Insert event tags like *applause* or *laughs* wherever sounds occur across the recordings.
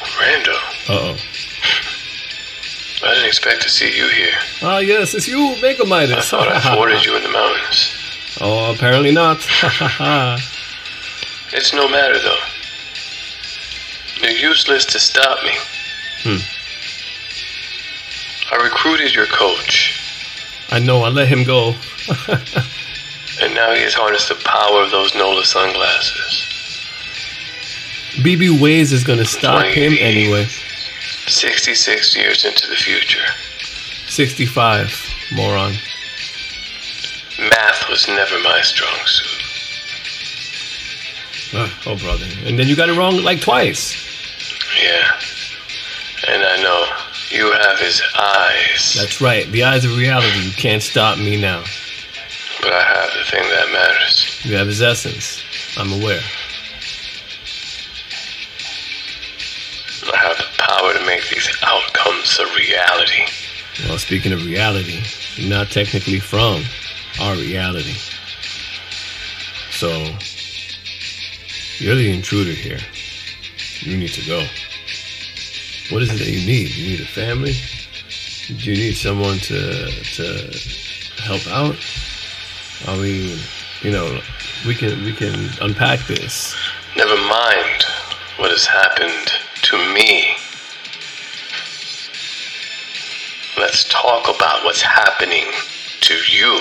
Rando, Uh oh. I didn't expect to see you here. Ah, yes, it's you, Mega I Midas. thought I thwarted you in the mountains. *laughs* Oh, apparently not. *laughs* It's no matter, though. You're useless to stop me. Hmm. I recruited your coach, I know, I let him go. *laughs* and now he has harnessed the power of those Nola sunglasses. BB Waze is gonna stop him Wait. anyway. 66 years into the future. 65, moron. Math was never my strong suit. Ugh, oh, brother. And then you got it wrong like twice. Yeah. And I know you have his eyes, That's right, the eyes of reality. You can't stop me now. but I have the thing that matters. You have his essence. I'm aware. I have the power to make these outcomes a reality. Well, speaking of reality, you're not technically from our reality. So, you're the intruder here. You need to go. What is it that you need? You need a family? Do you need someone to to help out? I mean, you know, we can we can unpack this. Never mind what has happened to me. Let's talk about what's happening to you.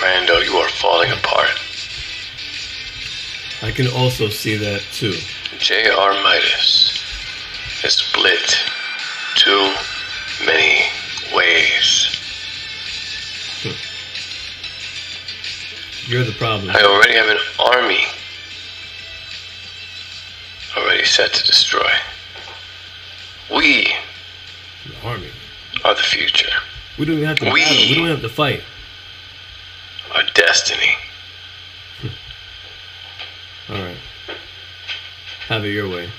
Rando, you are falling apart. I can also see that too. J.R. Midas is split too many ways. You're the problem. I already have an army already set to destroy. We The army. are the future, We don't even have to We- battle. We don't even have to fight. our destiny. All right. Have it your way.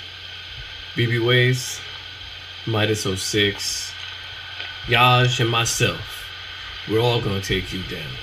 BB Ways, Midas 06, Yaj, and myself. We're all going to take you down.